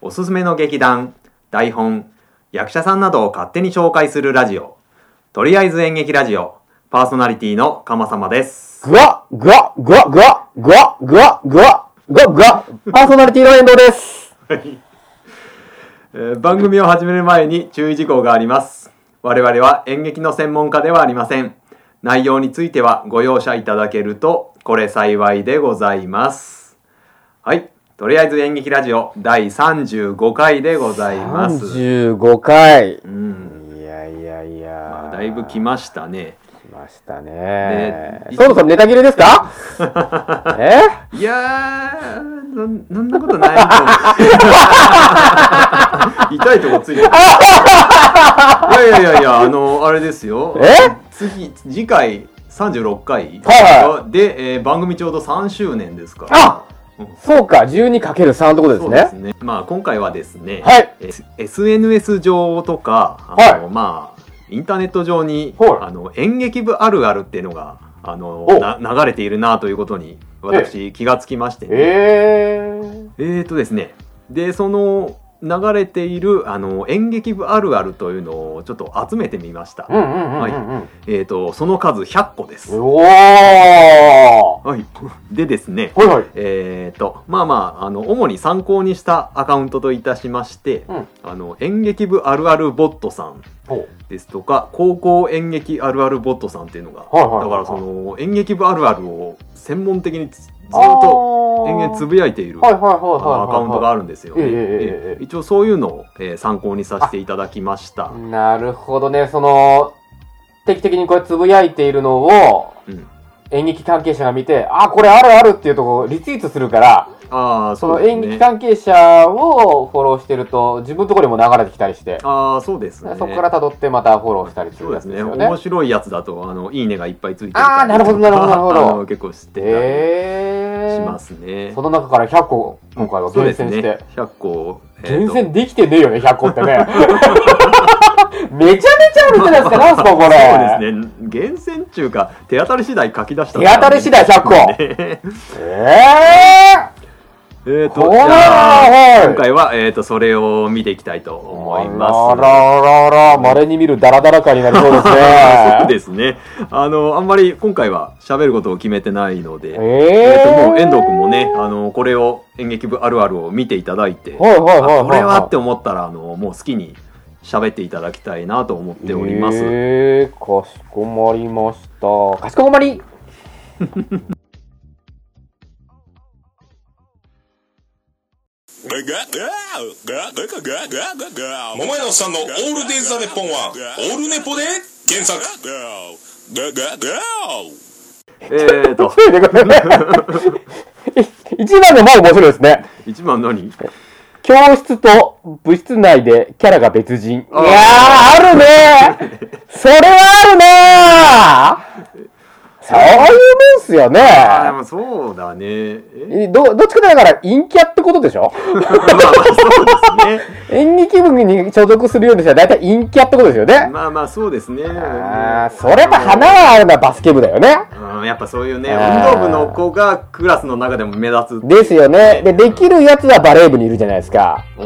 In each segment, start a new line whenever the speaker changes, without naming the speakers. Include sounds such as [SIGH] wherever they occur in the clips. おすすめの劇団、台本、役者さんなどを勝手に紹介するラジオ、とりあえず演劇ラジオ、パーソナリティの鎌様です。
ぐわぐわぐわぐわぐわぐわぐわぐわぐわパーソナリティの遠藤です。
えー番組を始める前に注意事項があります我々は演劇の専門家ではありません内容についてはご容赦いただけるとこれ幸いでございますはいとりあえず演劇ラジオ第35回でございます
35回。い
うん、
やいやいや、
まあ、だいぶ来ましたね
来ましたね
ね。
そろそろネタ切れで
[LAUGHS]
すかえ
いやーなんそんなこと [LAUGHS] ないと思う痛いとこついてるいやいやいやいやあのあれですよ
え
次次回36回、
は
で、えー番組ちょうど3周年ですから
あそうか、12×3 ってことです
そう
ね
で。すねまあ今回はですね、
はい
えー SNS 上とかあの、まあインターネット上に、
はい
あの演劇部あるあるっていうのがあの
お
な流れているなということに私気がつきましてね、
えー。
えーとですね。で、その流れているあの演劇部あるあるというのをちょっと集めてみました
う。んうんうんうん
は
う
い
ん。
えーと、その数100個です。
おーは
はい。でですね、
いはい。
えーと、まあまあ、あの、主に参考にしたアカウントといたしまして、
うん
あの、演劇部あるあるボットさん
ほ
ですとか、高校演劇あるあるボットさんっていうのが、
はいはいはい
だからその、演劇部あるあるを専門的にずずっ
う
と延々つ
ぶ
ぶやいている
はいはいはいは
あ
い
のア
はい。
カウントがあるんですよね。
ええええええ
一応そういうのを、えー参考にさせていただきました。
なるほどね、その、定期的にこれつぶやいているのを、
うん
演劇関係者が見て、あ、これあるあるっていうとこリツイートするから、
ああ、
そ
そう
の
です
演劇
ね。
関係者をフォローしてると、自分のところにも流れてきたりして、
ああ、そうですね。
そこから辿ってまたフォローしたりす
そ
る
う
や
です
つで
ね
すよね
面。白いやつだと、あの、いいねがいっぱいついてると
あーなるほどなるほどなるほど
あの結構知ってたり
え
し
ー、
ますね。
その中から100個、今回は
そうで
厳
す
選して。
ね。100個。えー
厳
と
選できてねえよね、100個ってね。 [LAUGHS] めちゃめちゃあるじゃないですか、なんすか、こ
そ
れ。
うですね。厳選中か、手当たり次第書き出した、
手当たり次第100個。
ね
えー
えーと、
こ
じ
らー
ゃ
は
あ、
い
今回は、えっ、と、それを見ていきたいと思います。
あらららら、稀に見るダラダラ感になりそうですね
[LAUGHS] 。そうですね。あの、あんまり今回は喋ることを決めてないので、
え
え
ー、
っ、と、もう遠藤くんもね、あの、これを演劇部あるあるを見ていただいて、
はいはいはいいい。
あこれはって思ったら、あの、もう好きに喋っていただきたいなと思っております。
えー、かしこまりました。かしこまり
桃井のおっさんの「オールデイズ・ザ・ネッポン」はオールネポで検索
えーと、
そうでございます。 [LAUGHS] 一番の前面白いですね。
一番何
教室と部室内でキャラが別人。いやー、
あー
あるね [LAUGHS] それはあるねそういうもんっすよね
あ、でもそうだね。え
えど、どっちかというとだから陰キャってことでしょ
まあまあ、そうですね。
演劇部に所属するようにしたら大体陰キャってことですよね。
まあまあ、そうですね。
ああ、それは花があるのはバスケ部だよね。
うん、やっぱそういうね、運
あー
動部の子がクラスの中でも目立つ。
ですよね。で、できるやつはバレー部にいるじゃないですか。
お
で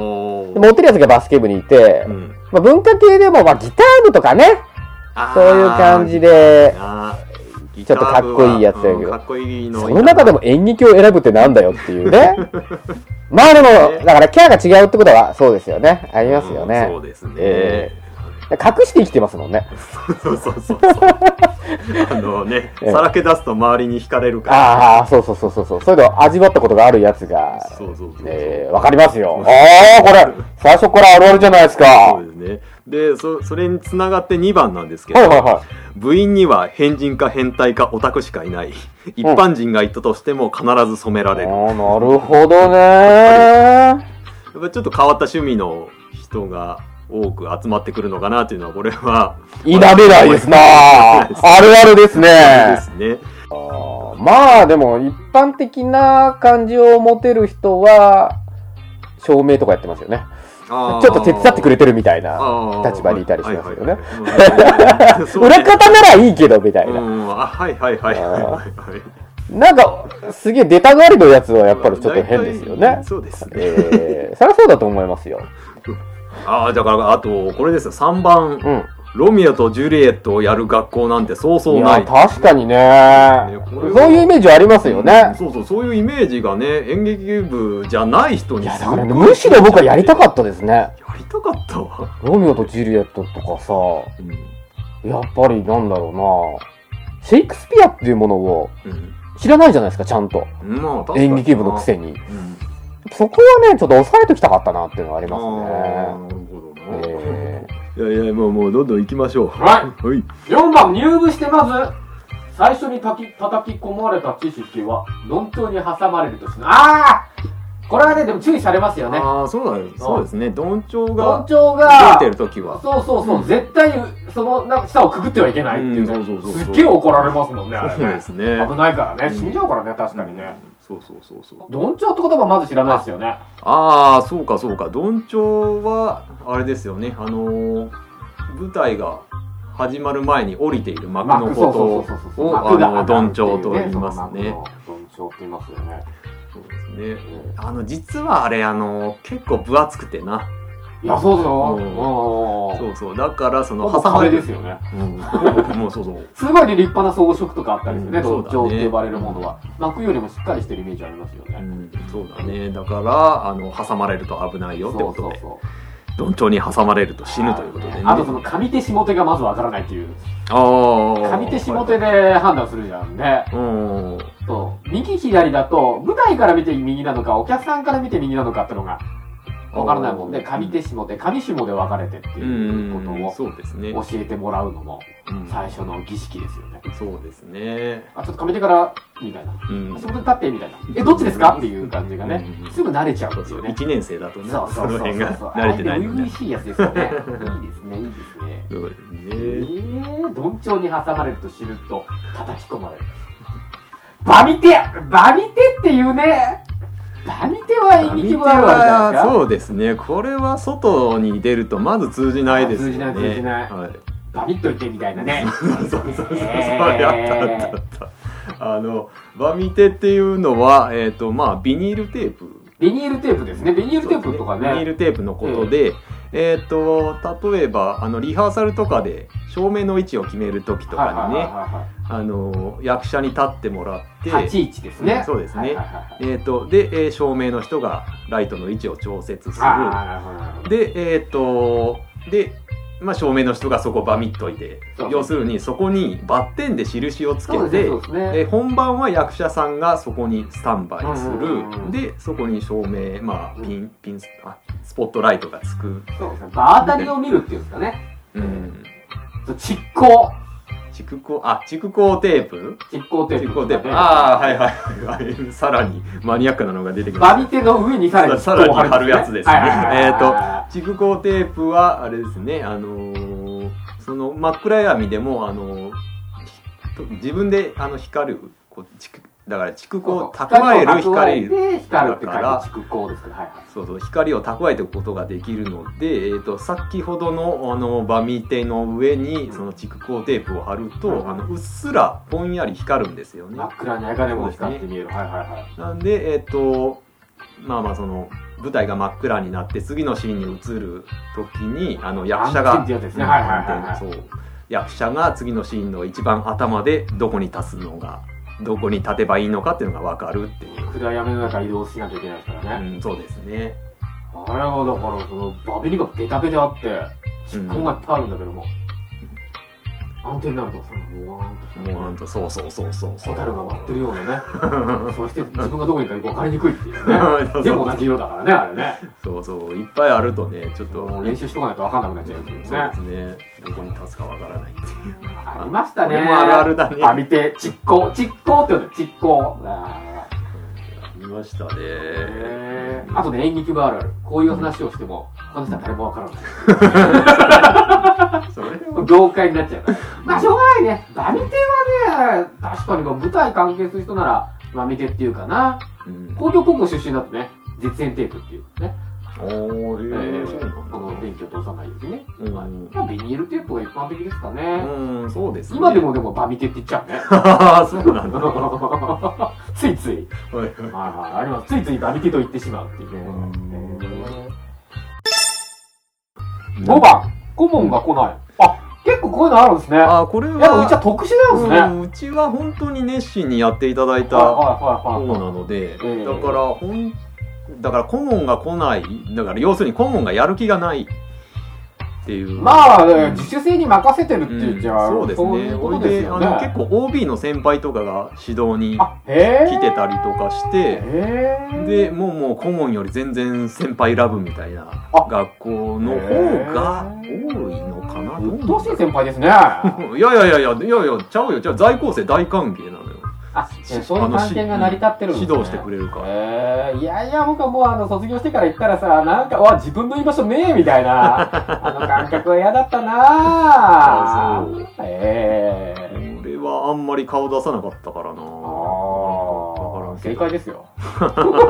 ー
モテるやつがバスケ部にいて、
うん
まあ、文化系でも、まあ、ギター部とかね、
あー
そういう感じで、
あー
ちょっとかっこいいやつやけど
うんかっこいいの
その中でも演劇を選ぶってなんだよっていう
[LAUGHS]
ね。まあでも、だからキャラが違うってことは、そうですよね。ありますよね。
うんそうですね
ええ隠して生きてますもんね。
そうそうそうそうあのねさらけ出すと周りに惹かれるから
ああ、そうそうそうそうそう。そういうのを味わったことがあるやつが、
そうそうそう、
ええわかりますよ。ああ、これ、
[LAUGHS]
最初からあるあるじゃないですか。
そ
は
うですねでそそれにつながって2番なんですけ
い
ど、
はいは
部員には変人か変態かオタクしかいない一般人がいたとしても必ず染められ
い。あ
る、
あ、なるほどね。
やっぱちょっと変わった趣味の人が多く集まってくるのかなというのはこれは
否めないで
[LAUGHS]
すなあるあるです
で
ね。
すね
まあでも、一般的な感じを持てる人は、照明とかやってますよね。
ち
ちょ
ょ
っと手伝ってくれてるみたいな立場にいたりしますよね。
[LAUGHS]
裏方ならいいけど、みたいな。
うん、あ、はいはいはいはいはいはい。
なんか、すげえ出たがりのやつはやっぱりちょっと変ですよ
大
ね
体。そうですね。
えー、そりゃそうだと思いますよ。
ああ、だから、あと、これですよ。3番、
うん。
ロミオとジュリエットをやる学校なんてそうそ
いう
な
や、
い。
確かにね
これは
そういうイメージありますよね。
そうそう、そういうイメージがね、演劇部じゃない人に
いや、
す
だ
ご
か
い
らね、むしろ僕はやりたかったですね。
やりたかったわ。
ロミオとジュリエットとかさ、
うん。
やっぱりなんだろうなシェイクスピアっていうものを知らないじゃないですか、ちゃんと。
うん。まあ、確かに
演劇部のくせに。
うん。
そこはね、ちょっと抑えてきたかったなっていうのはあり
ああー、
ま
なるほど
すね。え
な。いやいや、もう、もう、どんどん行きましょう。。
はい
はい。
4番入部してまず最初にたき叩き込まれた知識は論調に挟まれるとしああこれはねでも注意されますよね
ああ、そうなの。そうですね。どんちょう
論
が
調
出
が
てる時は。
そうそうそう、絶対そのなんか下をくぐってはいけないっていうね、
うんそうそうそうそう
すっげえ怒られますもんねあれ
そう
ね
ですね
危ないか
う
らね
ん
死んじゃうからね確かにね、
そうそうそうそう。
どんちょうって言葉まず知らないですよね
ああそうかそうかどんちょうはあれですよねあのー舞台が始まる前に降りている幕のことを
そうそうそうそうそう
あ
幕が上
の
が
ど
る
ん
っ
ち
てい
ょ
う
うと言います
そ
ね
の幕のどんちょうって言いますよね
そうですねあの実はあれあの結構分厚くてない
やそうそ
う
う
ん
うん
そうそうだからその
ほぼ
ま
壁
れ
ですよね [LAUGHS]
うんもうそうそう
すごいね立派な装飾とかあったりするね、
うん
どんちょうって呼ばれる
そうだ
も
ね
のは、幕よりもしっかりしてるイメージありますよ
う
ね、
んそうだねだからあの挟まれると危ないよって
そ
こ
うそ
と
う
で
そう
どんちょうに挟まれると死ぬということでね
あとその上手下手がまずわからないっていう
ああ
上手下手で判断するじゃんね
うん
そう右左だと舞台から見て右なのかお客さんから見て右なのかってのがわからないもんで上手下手上下で分かれてって
う
い
ん
うこと
そうですね
を教えてもらうのも
うん
最初の儀式ですよね
そうですね。
あちょっと上手からみたいな
うん。
下手立ってみたいなえどっちですかっていう感じがね
うん
すぐ慣れちゃう
そ
ん
う
です
そ
よ
う。
ね
一年生だとね、
そうそうそう
の
そう
辺が
そう
慣れてない
あ
の
初々
ね。
しいやつですよねいいですねいいですね
そうです
え
ね。
ー、どんちょうに挟まれると知ると叩き込まれるバミテバミテっていうねバミテは演劇部あるわけじゃないですか
そうですね。これは外に出るとまず通じないですよね。
通じない通じない
はい。 [LAUGHS]
バミっといてみたいなね
そうそうそうそう。
え
あったあったあった。あのバミテっていうのはえっ、とまあビニールテープ。
ビニールテープですねビニールテープとか
ビニー
ね
ルテープのことで、えっ、と例えばあのリハーサルとかで照明の位置を決める時とかにね、
は
あの役者に立ってもらっ
いは
て
いはいはい立ち位置ですね
そうですね
はいはいはい
えー、とで、えー照明の人がライトの位置を調節す
ああ
る
なるほどなるほど
でえっ、とで、まあ、照明の人がそこばみっといて
そう
要するにそこにバッテンで印をつけ
そう
て
ですねそうですね
で本番は役者さんがそこにスタンバイする、
うんうんうん
でそこに照明、まあ、ピンピンスあスポットライトがつく、
そうですね場当たりを見るっていうんですかね
うん、
そう蓄光
蓄光あ蓄光テープ
蓄光テープ
蓄光テープああはいはいはい [LAUGHS] さらにマニアックなのが出てきま
バ
す
ミテの上にさらに
さらに貼るやつですね。えっと
と、
蓄光テープは、あれですね、あのーその真っ暗闇でも、あのーひ自分であの光る、こう蓄だから蓄光を蓄える光る。
で光るって書いて
だから
蓄光ですけど、はいはい。
そうそう光を蓄えておくことができるので、えー、と先ほどのあのバミテの上にその蓄光テープを貼ると、
うん
あのうっすらぼんやり光るんですよね
真。っ暗に赤でも光って見える。はいはいはい。
なんでえっ、とまあまあその舞台が真っ暗になって次のシーンに移る時にあの役者
暗転
が
ってやつですねはいはいはいはい
うんそう役者が次のシーンの一番頭でどこに立つのがどこに立てばいいのかっていうのが分かるっていう、
暗闇の中移動しなきゃいけないですからね。
うん、そうですね
あれはだから、その、バビリがベタベタあって、蓄光がいっぱいあるんだけども、暗転になると、その、ボワーンと。
もうなんとそうそうそうそうそう
蛍が舞ってるような [LAUGHS] ね。そして自分がどこにいるか分かりにくいっていう
そうそう
ね。でも同じ色だからね、あれね。
そうそういっぱいあるとねちょっと
もう練習しとかないと分かんなくなっちゃうっていうね。
そうですねどこに立つか分からないっていう
ありましたね。
これもあるあるだね
あ、見て、実行、実行って言うんだよ、実行。あ
ありましたね
ーあとね、演劇部あるある。こういう話をしても、この人は誰もわからない。
それは
業界になっちゃう
[LAUGHS]
から。まあ、しょうがないね。バミテはね、確かに舞台関係する人なら、バミテっていうかな。
うん
工業高校出身だとね、実演テープっていうね。
おー
え
へえそう
ーこの電気を通さないようにね、
うん
はいまあ、ビニールテープが一般的ですかね、
なんだうんそうですね
今でもでもバミテって言っちゃうね
ああ [LAUGHS] そうなんだは
[LAUGHS] ついつい
いはい
はいはいありますついついバミテと言ってしまうっていう、
ん
5番顧問が来ないあ結構こういうのあるんですねやっ
あーこれは
ぱうちは特殊なんですね、
うんうちは本当に熱心にやっていただい
はい
た
はい
方
はい
な
はい
ので、
うん
だからほんだから顧問が来ないだから要するに顧問がやる気がないっていう
まあ、
うん
自主性に任せてるっていうじゃあ、
そうです
い
ね
こ
ほ
と
いで
よ
あ
ね
の結構 OB の先輩とかが指導に
あへえ
来てたりとかして
へえ
でもうもう顧問より全然先輩ラブみたいな
あ
学校の方が多いのかなどう
鬱陶しい先輩で
[LAUGHS]
すね
いやいやいやいやいやいやちゃうよじゃあ在校生大歓迎なのよ
あそういう関係が成り立ってるんです、ね、
指導してくれるから
えー、いやいや、僕はもうあの卒業してから行ったらさ、なんか、わ、自分の居場所ねえみた
[LAUGHS]
いな、あの感覚は嫌だったな
あそう
ぁ。ええ
俺はあんまり顔出さなかったからな
ー。ああ、正解ですよ。
そうかそうかだ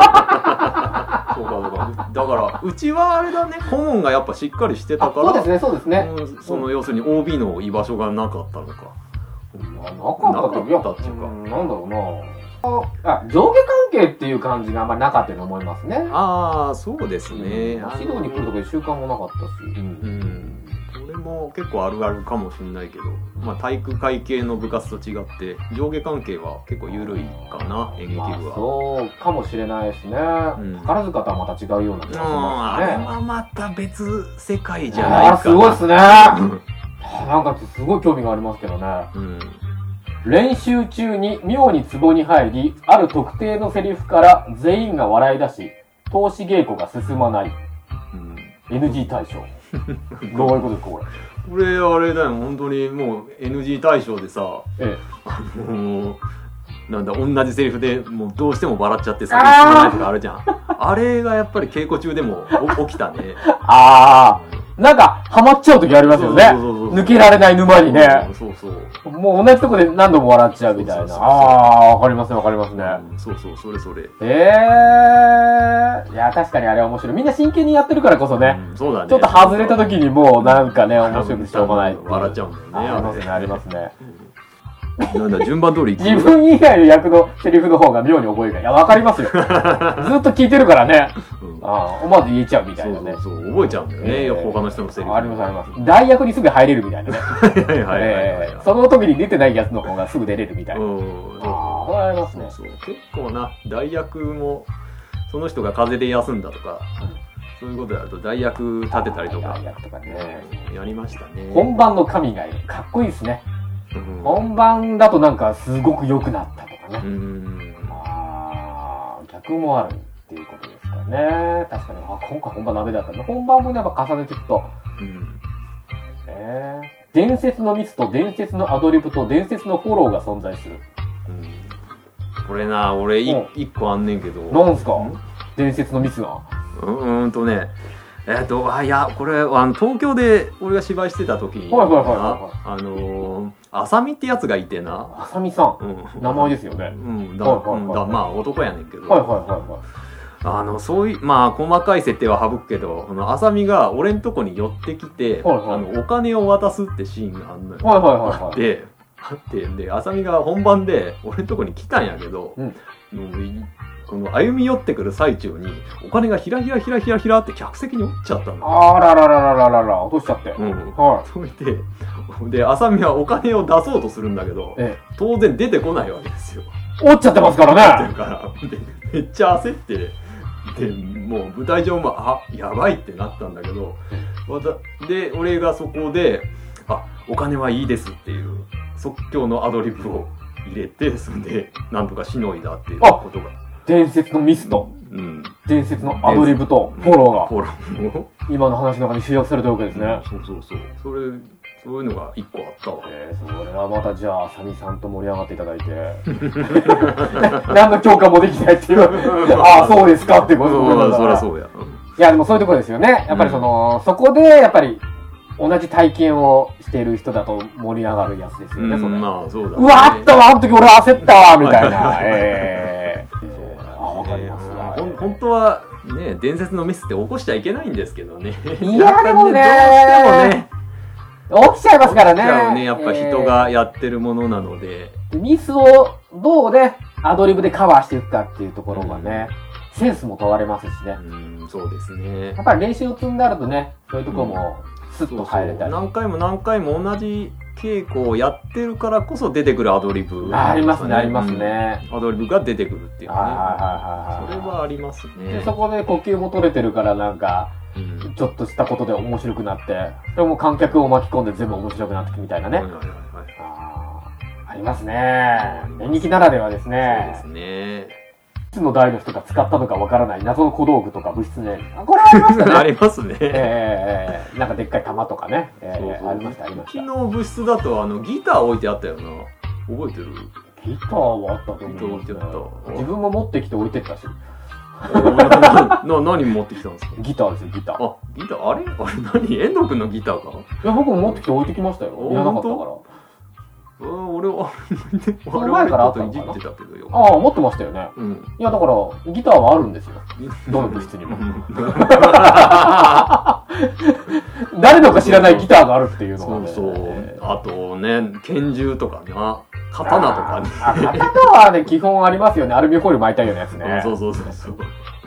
からうちはあれだね顧問がやっぱしっかりしてた
あ
から
そうですね、そうですね。
うんその要するに OB の居場所がなかったのか
なかったと
なかったっていうか
んなんだろうなあ、上下関係っていう感じがあんまりなかったと思いますね。
ああそうですね
うん指導に来るとかいう習慣もなかったし。
うんこれも結構あるあるかもしれないけど、まあ、体育会系の部活と違って上下関係は結構緩いかな演劇部
まあ
は。
そうかもしれないですね、
ん
宝塚とはまた違うような気
うん、
がし
あ
ますね
れはまた別世界じゃないか
あ
な。
ーすごいっすね
うん
なんかすごい興味がありますけどね
うん、
練習中に妙にツボに入りある特定のセリフから全員が笑い出し投資稽古が進まない NG
[LAUGHS]
対象どういうことですかこ
これあれだよ本当にもう NG 対象でさ、
れ、ええ、
もうなんだ同じセリフでもうどうしても笑っちゃって先に進まないとかあるじ
[LAUGHS]
ゃん。あれがやっぱり稽古中でもお起きたね。
ああなんかハマっちゃう時ありますよね
そうそうそうそう
抜けられない沼にね
うんそうそう。
もう同じとこで何度も笑っちゃうみたいな
そうそうそうそう
ああわかりますねわかりますね、
うんそうそうそれそれ。
ええいや、確かにあれ面白い。みんな真剣にやってるからこそね、
うんそうだね。
ちょっと外れた時にもうなんかね、面白くしょうがないってい
笑っちゃうんだ
あり
よ
ます
ね
ね、ありますね。
あれなんだ順番通り行く
自分以外の役のセリフの方が妙に覚えが。いや、わかり
[LAUGHS]
ますよ。ずっと聞いてるからね。
うん
ああ思わず言えちゃうみたい
そう
なね。
そうそう覚えちゃうんだよね、
えー
他の人のセリフ
あります、あります。大役にすぐ入れるみたいなね。
す [LAUGHS] はいはいはいはい、
ええその時に出てないやつの方がすぐ出れるみたいな。
うん
ああ、これあります
そう
ね。
そう結構な代役もその人が風邪で休んだとか、そういうことやると代役立てたりとか
大役とかね。
やりましたね
本番の神がいる。かっこいいですね。
うん
本番だとなんかすごく良くなったとか
う、
ね
ん
ああ逆もあるっていうことですかね確かにあ今回本番ダメだったね本番もねやっぱ重ねていくと
うん
えー伝説のミスと伝説のアドリブと伝説のフォローが存在する
うんこれな俺い
うん
一個あんねんけど
なんすか
ん
伝説のミスが
うんうーんとねえっ、とあいやこれあの東京で俺が芝居してた時に
はいはいはいはい
あのー浅見ってやつがいてな、
あさみさん
うん、
名前ですよね
うんだ,、
はいはいはい
うんだまあ男やねんけど、
はいはいはい
あのそういうまあ細かい設定は省くけどあの浅見が俺んとこに寄ってきて、
はいはい
あのお金を渡すってシーンがあんのよ、
はいはいはいはいはい
であってで浅見が本番で俺んとこに来たんやけど、
うん
もういこの歩み寄ってくる最中にお金がひらひらひらひらひらって客席に落ちちゃったの
あららららららら落としちゃって、
うん
はい
それでで浅見はお金を出そうとするんだけど
え
当然出てこないわけですよ
え落ちちゃってますから
だ
ね
からでめっちゃ焦ってでもう舞台上もあやばいってなったんだけどわたで俺がそこで「あお金はいいです」っていう即興のアドリブを入れてそれでなんとかしのいだっていうことが、
伝説のミスと
うん、
伝説のアドリブとフォローが
フォローも
今の話の中に集約されてるわけですね、
そうそうそうそれそういうのが一個あったわ
えー、それはまたじゃあ、あさみさんと盛り上がっていただいて、
[LAUGHS]
何の強化もできないっていう、ああ、そうですかっていう
そ
こ
う
となんだ
そ
か
り
ら
ゃそうや、うん
いや、でもそういうところですよね。やっぱりその、そこで、やっぱり、同じ体験をしている人だと盛り上がるやつですよね、それ。
うん、まあそうだ、 [LAUGHS]
うわ、あったわ、あの時俺焦ったわ、みたいな。
はい
えー、あ、わかりますわ。
はい
ほん本当はね伝説のミスって起こしちゃいけないんですけどね
いや
っぱり
でもね
どうしても [LAUGHS] ね
起きちゃいますからね。
じゃあねやっぱ人がやってるものなので、
えー、ミスをどうね、アドリブでカバーしていくかっていうところがね、センスも問われますしね。
うんそうですね
やっぱり練習を積んであるとね、そういうところもスッ
そう
と
そう
入れたり。
何回も何回も同じ稽古をやってるからこそ出てくるアドリブ、
あありますね、ありますね。
うんアドリブが出てくるっていうね
はいはいはいはいは
そ
い。
れはありますね
でそこで呼吸も取れてるからなんか、
うんはい
ちょっとしたことで面白くなって、それも観客を巻き込んで全部面白くなってくみたいなね。
はいはいはい
あーありますね。演劇ならではですね。
そうですね。 [LAUGHS]
いつの代の人が使ったのかわからない謎の小道具とか物質ね。あこれはありましたね。
ありますね。
えー、なんかでっかい玉とかね。えー
そうそう
ありました、ありまし
昨
た
日。部室だとあのギター置いてあったよな。覚えてる？
[LAUGHS] ギターはあったと
ギター
思う
置いてあった。
自分も持ってきて置いてったし。
なな何持ってきたんですか？
ギターですよ、ギター。
あギターあれあれ何遠藤君のギターか？
いや、僕も持ってきて置いてきましたよ。
お
いらなかったか
本
ら。
うん俺は
そ
あ
の
れ
前からあ
あ
った
とい
の
じ
かな
ってたけどよ。
ああ、持ってましたよね。
うん。
いや、だから、ギターはあるんですよ。 [LAUGHS] どの部室にも。 [LAUGHS] 誰のか知らないギターがあるっていうの
そ
が、
う
ね。
そう
え。ー
あとね拳銃とかな刀とかね。
あ、刀はね、基本ありますよね。アルミホイル巻いたようなやつね。
そうそうそうそう。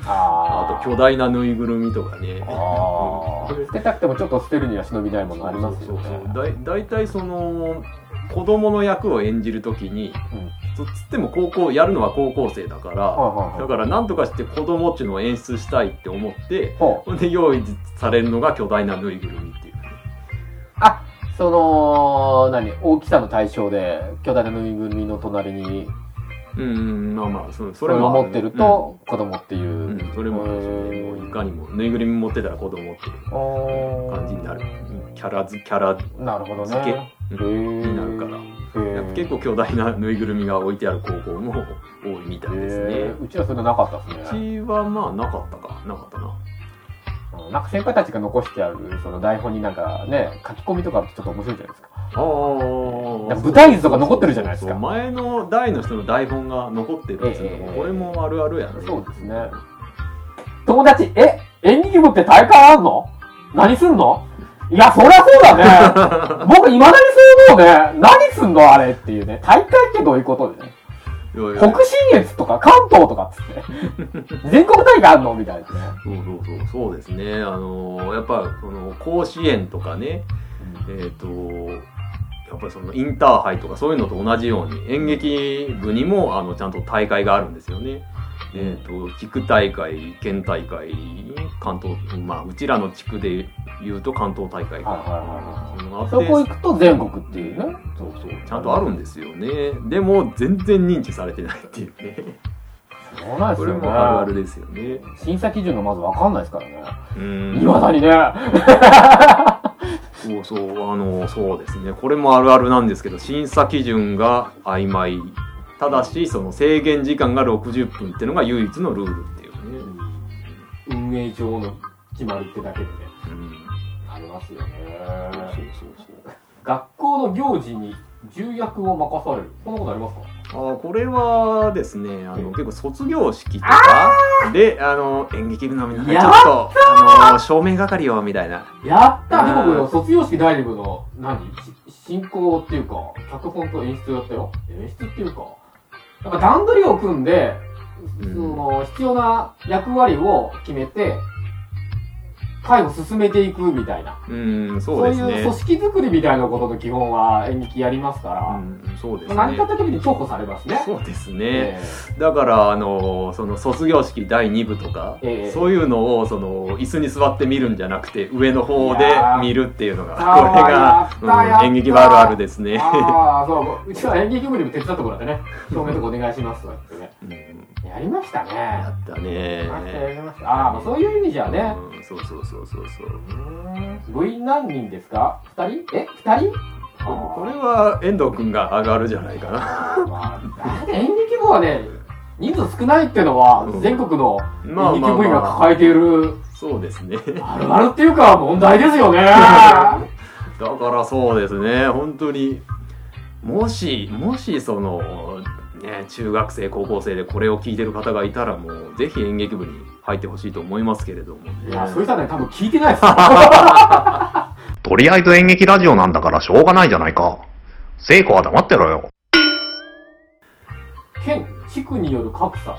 あ
あ
と巨大なぬいぐるみとかね。
ああー捨てたくてもちょっと捨てるには忍びないものありますよね。
そうそうそうだい大体その子供の役を演じるときに、
うん
つつっても高校やるのは高校生だから、
はいはいはい
だからなんとかして子供っちゅうのを演出したいって思って
ほう
ほんで用意されるのが巨大なぬいぐるみっていう
あ、その、何、大きさの対象で、巨大なぬいぐるみの隣に、
うんうんまあまあそそ
そ
れ
れ
も
を
あ
持ってる、と、子供っていう。
うんうんそれもあるしね
へー
もういかにもぬいぐるみ持ってたら子供っていう
おー
感じになる、うんキャラずキャラ
なるほど
付け
ね。
うん
に
になるから
ら
結構巨大なぬいぐるみが置いてある高校も多いみたいですね、
うちはそれなかったですね。
うちはまあなかったかなかったな
うんなんか先輩たちが残してあるその台本になんかね、書き込みとかあるとちょっと面白いじゃないですか。
あー
だから舞台図とか残ってるじゃないですか
そうそう前の代の人の台本が残ってるんですけど、
ええ
これもあるあるやね
そうですね友達、え、演劇部って大会あんの何すんのいや、そりゃそう
[LAUGHS]
だね。僕、未だにそう思うね。何すんのあれっていうね。大会ってどういうことでね。
いやいや
北信越とか関東とかっ
[LAUGHS]
つって。全国大会あんのみたいなね。
そうそうそうそうですねあのーやっぱその甲子園とかねえっ、とやっぱりそのインターハイとかそういうのと同じように演劇部にもあのちゃんと大会があるんですよね。えっと地区大会県大会関東まあうちらの地区でいうと関東大会
はい
が
は
あのあっ
いはい。
て
そこ行くと全国っていうね。
そうそうちゃんとあるんですよねでも全然認知されてないっていうね
[LAUGHS] そうなんで
こ
す
れ
よ
もあるあ
ね。
るですよね
審査基準がまずわかんないですからね。
うん
未だにね。
そうそうあのそうですねこれもあるあるなんですけど審査基準が曖昧ただしその制限時間が60分っていうのが唯一のルールっていうね、
運営上の決まりってだけでね。
うん、
ありますよ
そう
ね。
そうそう
学校の行事に重役を任されるこんなことありますか
あーこれはですねあの結構卒業式とかであの演劇部のみんなでちょっとあの照明係よみたいな
やった
う
で
ん
僕の卒業式第2部の何し進行っていうか脚本と演出をやったよ演出っていうかなんか段取りを組んで、
うん
その必要な役割を決めて会を進めていくみたいな
うんそうです
い
ね
う組織作りみたいなことの基本は演劇やりますから、
うんそうですね
何かあった時に重宝されますね
そうですね、
え
だからあのその卒業式第2部とか、
ええ
そういうのをその椅子に座って見るんじゃなくて上の方で見るっていうのが
いやー
これ
やったやっ
が、
た
うん、演劇はあるあるです
え
ね。
ああそううちは演劇部にも手伝ってもらってね照明とかお願いしますとか言ってね
[LAUGHS] うん
やりました
や
ね。
ったね
あやりました。ああ、まあそういう意味じゃね。
うんそうそうそうそうそう
部員何人ですか二人え二人
これは遠藤君が上がるじゃないかな
まあ、だって演劇部はね、人数少ないってのは
うん、
全国の
まあまあまあ
演劇部員が抱えている、
そうですね
あるあるっていうか、問題ですよね。
[LAUGHS] だからそうですね本当にもしもしそのね、中学生高校生でこれを聞いてる方がいたらもうぜひ演劇部に入ってほしいと思いますけれども
い
ね
や、そういう人はね、多分聞いてないですよ。
[LAUGHS] とりあえず演劇ラジオなんだからしょうがないじゃないか。聖子は黙ってろよ。
県、地区による格差。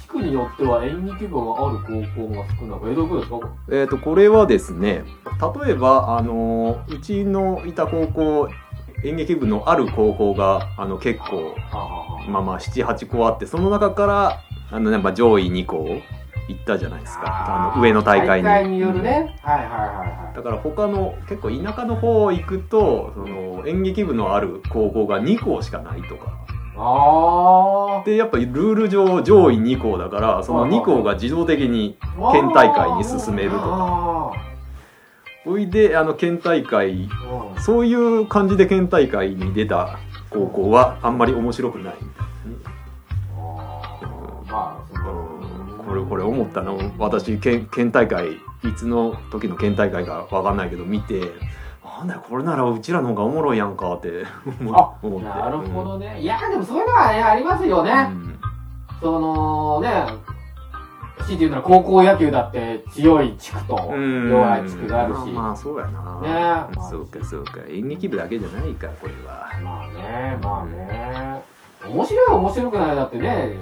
地区によっては演劇部がある高校が少なく、江戸区ですかこれ
えー、とこれはですね例えば、あのーうちのいた高校演劇部のある高校があの結構
あ
まあまあ78校あってその中からあの、ねまあ、上位2校行ったじゃないですかあの上の大会に。
大会によるね。はいはいはいは
だから他の結構田舎の方行くとその演劇部のある高校が2校しかないとか
い。あ
でやっぱりルール上上位2校だからその2校が自動的に
あ。
県大会に進めるとか
か。
おいであの県大会
うん
そういう感じで県大会に出た高校はあんまり面白くない
あーまあ、その
これこれ思ったの私県県大会いつの時の県大会かわかんないけど見てなんだよこれならうちらの方がおもろいやんかって思
あ
って思って
なるほどね、いやでもそういうのはねありますよね、
うん
そのね強いて言うなら高校野球だって強い地区と
うん
弱い地区があるし、
まあ、まあそうやな、
ねえ
そうかそうか演劇部だけじゃないかこれは
まあねまあね面白い面白くないだってね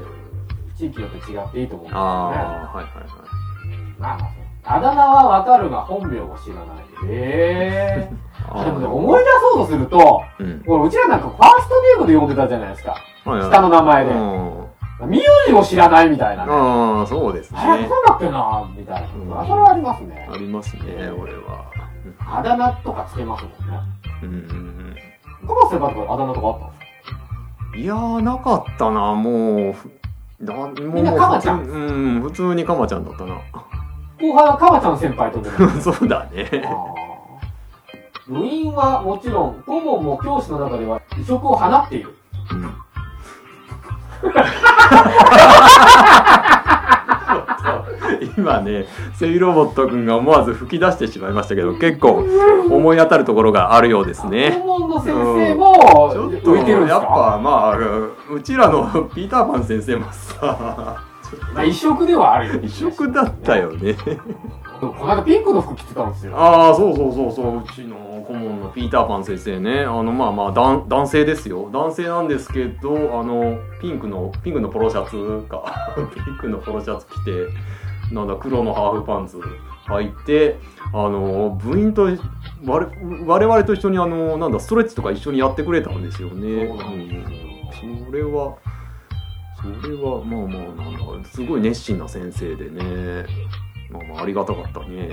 地域によって違っていいと思うんですよね
ああはいはいはい
まあまああだ名はわかるが本名を
[LAUGHS]
知らないええ
あ
でもね思い出そうとすると
うん
これうちらなんかファーストネームで呼んでたじゃないですか
はいはい
下の名前で
うん
名字を知らないみたいなね
ああそうですね
あれ、そうだっけなみたいな。
うん
あそれはありますね
あ。りますね俺は
あだ名とかつけますもんね。
うんうん
小松先輩とかあだ名とかあったんですか
うんいやーなかったなもうふだもう
みんなかまちゃん
もう普通うん普通にかまちゃんだったな [LAUGHS]
後輩はかわちゃん先輩とでも。
そうだね
あー部員はもちろん、顧問も教師の中では異色を放っている。
今ねセイロボットくんが思わず吹き出してしまいましたけ [LAUGHS] ど結構思い当たるところがあるようですね
顧問の先生も
ちょっと
浮いてるんです
やっ
か
ぱまあうちらのピーターパン先生もさ [LAUGHS]
まあ異色ではあるよ。
異色だった。よね
この間ピンクの服着てたんですよ。
ああそうそうそうそううちの顧問のピーターパン先生ねあのまあまあ男男性ですよ男性なんですけどあのピンクのピンクのポロシャツか [LAUGHS] ピンクのポロシャツ着てなんだ黒のハーフパンツ履いてあの部員と我我々と一緒にあのなんだストレッチとか一緒にやってくれたんですよね。
そうなんですよ
うんそれはそれはまあまあなんだすごい熱心な先生でねまあまあありがたかったね。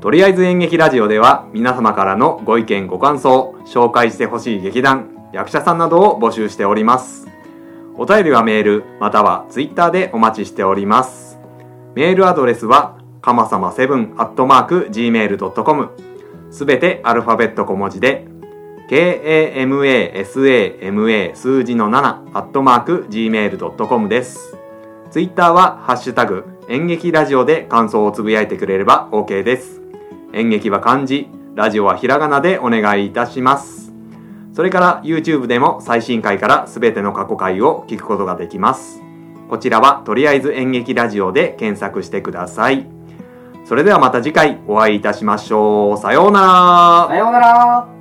とりあえず演劇ラジオでは皆様からのご意見ご感想紹介してほしい劇団役者さんなどを募集しておりますお便りはメールまたはツイッターでお待ちしておりますメールアドレスはかまさま7 gmail.com すべてアルファベット小文字で kamasama 数字の7 gmail.com ですツイッターはハッシュタグ演劇ラジオで感想をつぶやいてくれれば OK です。演劇は漢字、ラジオはひらがなでお願いいたします。それから YouTube でも最新回からすべての過去回を聞くことができます。こちらはとりあえず演劇ラジオで検索してください。それではまた次回お会いいたしましょう。さようなら。
さようなら